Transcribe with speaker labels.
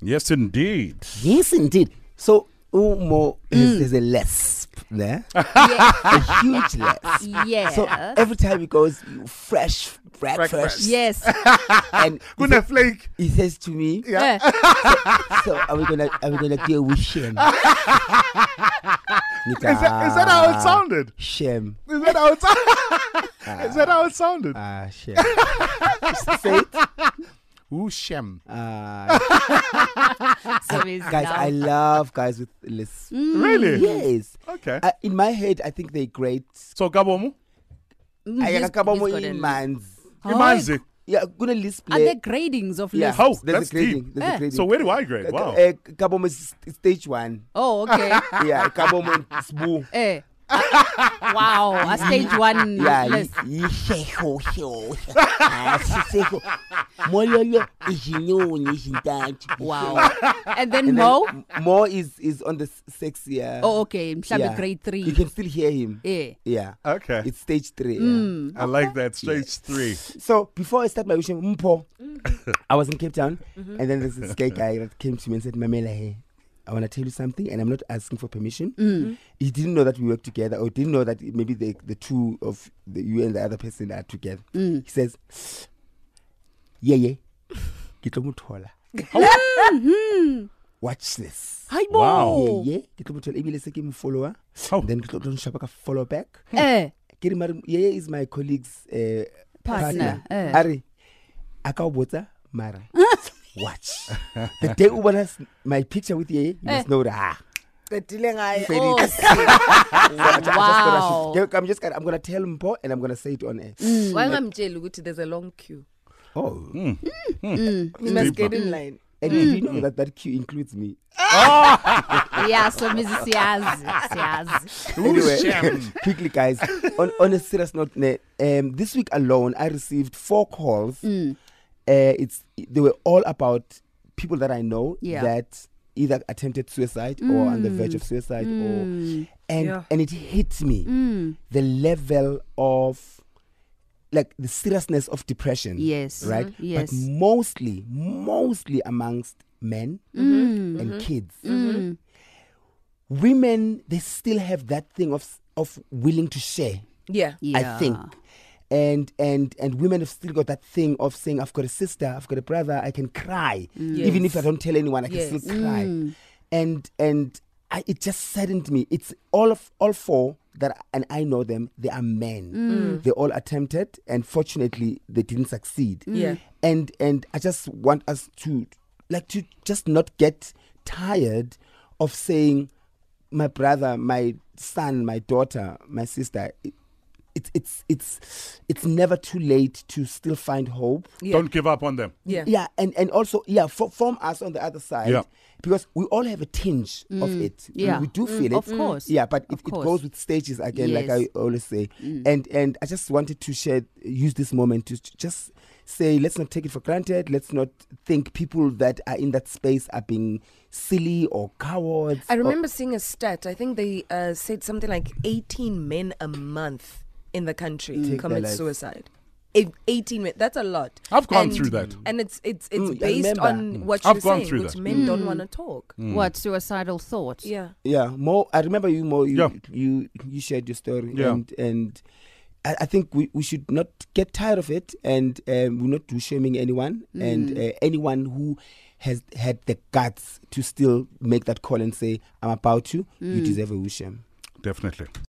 Speaker 1: Yes, indeed.
Speaker 2: Yes, indeed. So umo is, is a lisp there, a huge lisp.
Speaker 3: Yeah.
Speaker 2: So every time he goes, you fresh breakfast,
Speaker 1: Breakfast.
Speaker 3: yes.
Speaker 2: and he,
Speaker 1: Gonna flake.
Speaker 2: he says to me,
Speaker 3: Eh.
Speaker 2: "So are we gonna are we gonna do a weekend?" is,
Speaker 1: Is that, is that how it sounded?
Speaker 2: Shem.
Speaker 1: Is that how it sounded? is that how it sounded?
Speaker 2: Ah, Shem. Say it.
Speaker 1: Ooh, shem.
Speaker 2: Ah,
Speaker 3: Uh, So is
Speaker 2: guys,
Speaker 3: now-
Speaker 2: I love guys with lisp.
Speaker 1: Really?
Speaker 2: Yes.
Speaker 1: Mm. Okay.
Speaker 2: Uh, in my head, I think they're great.
Speaker 1: so Gabomu,
Speaker 3: Mm,
Speaker 2: I
Speaker 3: he's-
Speaker 2: got
Speaker 3: he's got a-
Speaker 2: man's.
Speaker 1: Imanzi.
Speaker 2: Yeah, gonna lisp.
Speaker 3: Are
Speaker 2: le-
Speaker 3: there gradings of
Speaker 2: Yeah,
Speaker 3: lists?
Speaker 1: How?
Speaker 2: there's
Speaker 1: That's
Speaker 2: a grading.
Speaker 1: deep.
Speaker 2: There's
Speaker 3: Eh.
Speaker 2: a grading.
Speaker 1: So where do I grade? Wow. Ah.
Speaker 2: Uh, Kabomo is st- stage one.
Speaker 3: Oh, okay.
Speaker 2: Yeah, Kabomo and Sbu.
Speaker 3: eh. wow. A stage one
Speaker 2: Yeah,
Speaker 3: list.
Speaker 2: Ah, Mololo izinyoni izintathu.
Speaker 3: Wow. and
Speaker 2: And
Speaker 3: then
Speaker 2: then
Speaker 3: Mo?
Speaker 2: M- Mo is is on the s- sexier.
Speaker 3: Oh, okay. Mshabi
Speaker 2: yeah.
Speaker 3: grade three.
Speaker 2: You can still hear him.
Speaker 3: Eh.
Speaker 2: Yeah.
Speaker 1: Okay. Hmm.
Speaker 2: It's stage three. yeah.
Speaker 1: I like that. Stage three.
Speaker 2: So before I start my wishing, Mpo, I was in Cape Town, and then there's this gay guy that came to me and said, Mamela, hey, I want to tell you something, and I'm not asking for permission. He didn't know that we worked together, or didn't know that maybe the, the two of the, you and the other person are together. He says, Yeah, yeah, ke tlo mo thola. Watch this.
Speaker 3: Hi, Mo.
Speaker 1: Wow.
Speaker 2: Yeah, yeah, ke tlo mo thola. Ebile se ke mo follower,
Speaker 1: Oh.
Speaker 2: then ke tlo tlo nshapa ka follow back.
Speaker 3: Eh.
Speaker 2: ke re mare yeye is my colleague's uh,
Speaker 3: Partner,
Speaker 2: partner
Speaker 3: eh.
Speaker 2: a re a ka o botsa mara watch the day o bona s- my picture with yeye you
Speaker 3: Eh.
Speaker 2: must know that ah,
Speaker 4: qedile ngaye
Speaker 2: Fed
Speaker 3: Oh,
Speaker 2: it.
Speaker 3: see.
Speaker 2: I just thought I
Speaker 3: Oh, wow. Mm.
Speaker 2: should- Ke- I'm just gonna, I'm gonna tell Mpo and I'm gonna say it on air.
Speaker 4: wayengamtsheli ukuthi there's a long queue
Speaker 2: Oh,
Speaker 3: Mm.
Speaker 4: you must
Speaker 1: Deeper.
Speaker 4: get in line
Speaker 2: and did you know that that queue includes me?
Speaker 3: yeah, so Mrs. Siazi. Siazi.
Speaker 1: Ooh, shem.
Speaker 2: quickly, guys. on, on a serious note, ne, um, this week alone, I received four calls. Uh, it's they were all about people that I know
Speaker 3: Yeah.
Speaker 2: that either attempted suicide or on the verge of suicide, or and
Speaker 4: Yeah.
Speaker 2: and it hit me the level of like the seriousness of depression.
Speaker 3: Yes.
Speaker 2: right.
Speaker 3: Mhm. Yes.
Speaker 2: but mostly, mostly amongst men
Speaker 3: Mm-hmm.
Speaker 2: and kids women they still have that thing of of willing to share
Speaker 4: yeah
Speaker 3: Yeah.
Speaker 2: i think and and and women have still got that thing of saying i've got a sister i've got a brother i can cry even if i don't tell anyone i can
Speaker 4: Yes.
Speaker 2: still cry and and I, it just saddened me it's all of all four that and i know them they are men they all attempted and fortunately they didn't succeed
Speaker 4: Yeah.
Speaker 2: Mm. and and i just want us to like to just not get tired of saying my brother my son my daughter my sister it, it's it's it's it's never too late to still find hope
Speaker 4: Yeah.
Speaker 1: Don't give up on them.
Speaker 4: yeah
Speaker 2: yeah and and also yeah for, from us on the other side
Speaker 1: Yeah.
Speaker 2: because we all have a tinge of it We-
Speaker 3: Mm. Yeah.
Speaker 2: we, do feel it
Speaker 3: of course.
Speaker 2: yeah but it,
Speaker 3: Of
Speaker 2: it
Speaker 3: course.
Speaker 2: goes with stages again
Speaker 3: Yes. Mm.
Speaker 2: like i always say and and i just wanted to share use this moment to just say let's not take it for granted let's not think people that are in that space are being silly or cowards
Speaker 4: I
Speaker 1: Oh.
Speaker 2: or-
Speaker 4: remember seeing a stat. I think they uh, said something like 18 men a month in the country
Speaker 2: Mm. their
Speaker 4: commit
Speaker 2: lives.
Speaker 4: suicide. Eight- 18 men. That's a lot.
Speaker 1: I've gone through that.
Speaker 4: And it's it's it's
Speaker 2: Mm, I
Speaker 4: based
Speaker 2: remember.
Speaker 4: on what
Speaker 1: I've
Speaker 4: you're
Speaker 1: gone
Speaker 4: saying,
Speaker 1: through
Speaker 4: which
Speaker 1: that. Mm.
Speaker 4: men don't want to talk.
Speaker 2: Hmm.
Speaker 3: What suicidal thoughts?
Speaker 4: Yeah.
Speaker 2: Yeah, Mo. I remember you, Mo. You
Speaker 1: Yeah.
Speaker 2: you, you shared your story,
Speaker 1: Yeah.
Speaker 2: and and I, I think we, we should not get tired of it, and um, we're not shaming anyone, and uh, anyone who has had the guts to still make that call and say, "I'm about to," you deserve a wish. Em."
Speaker 1: Definitely.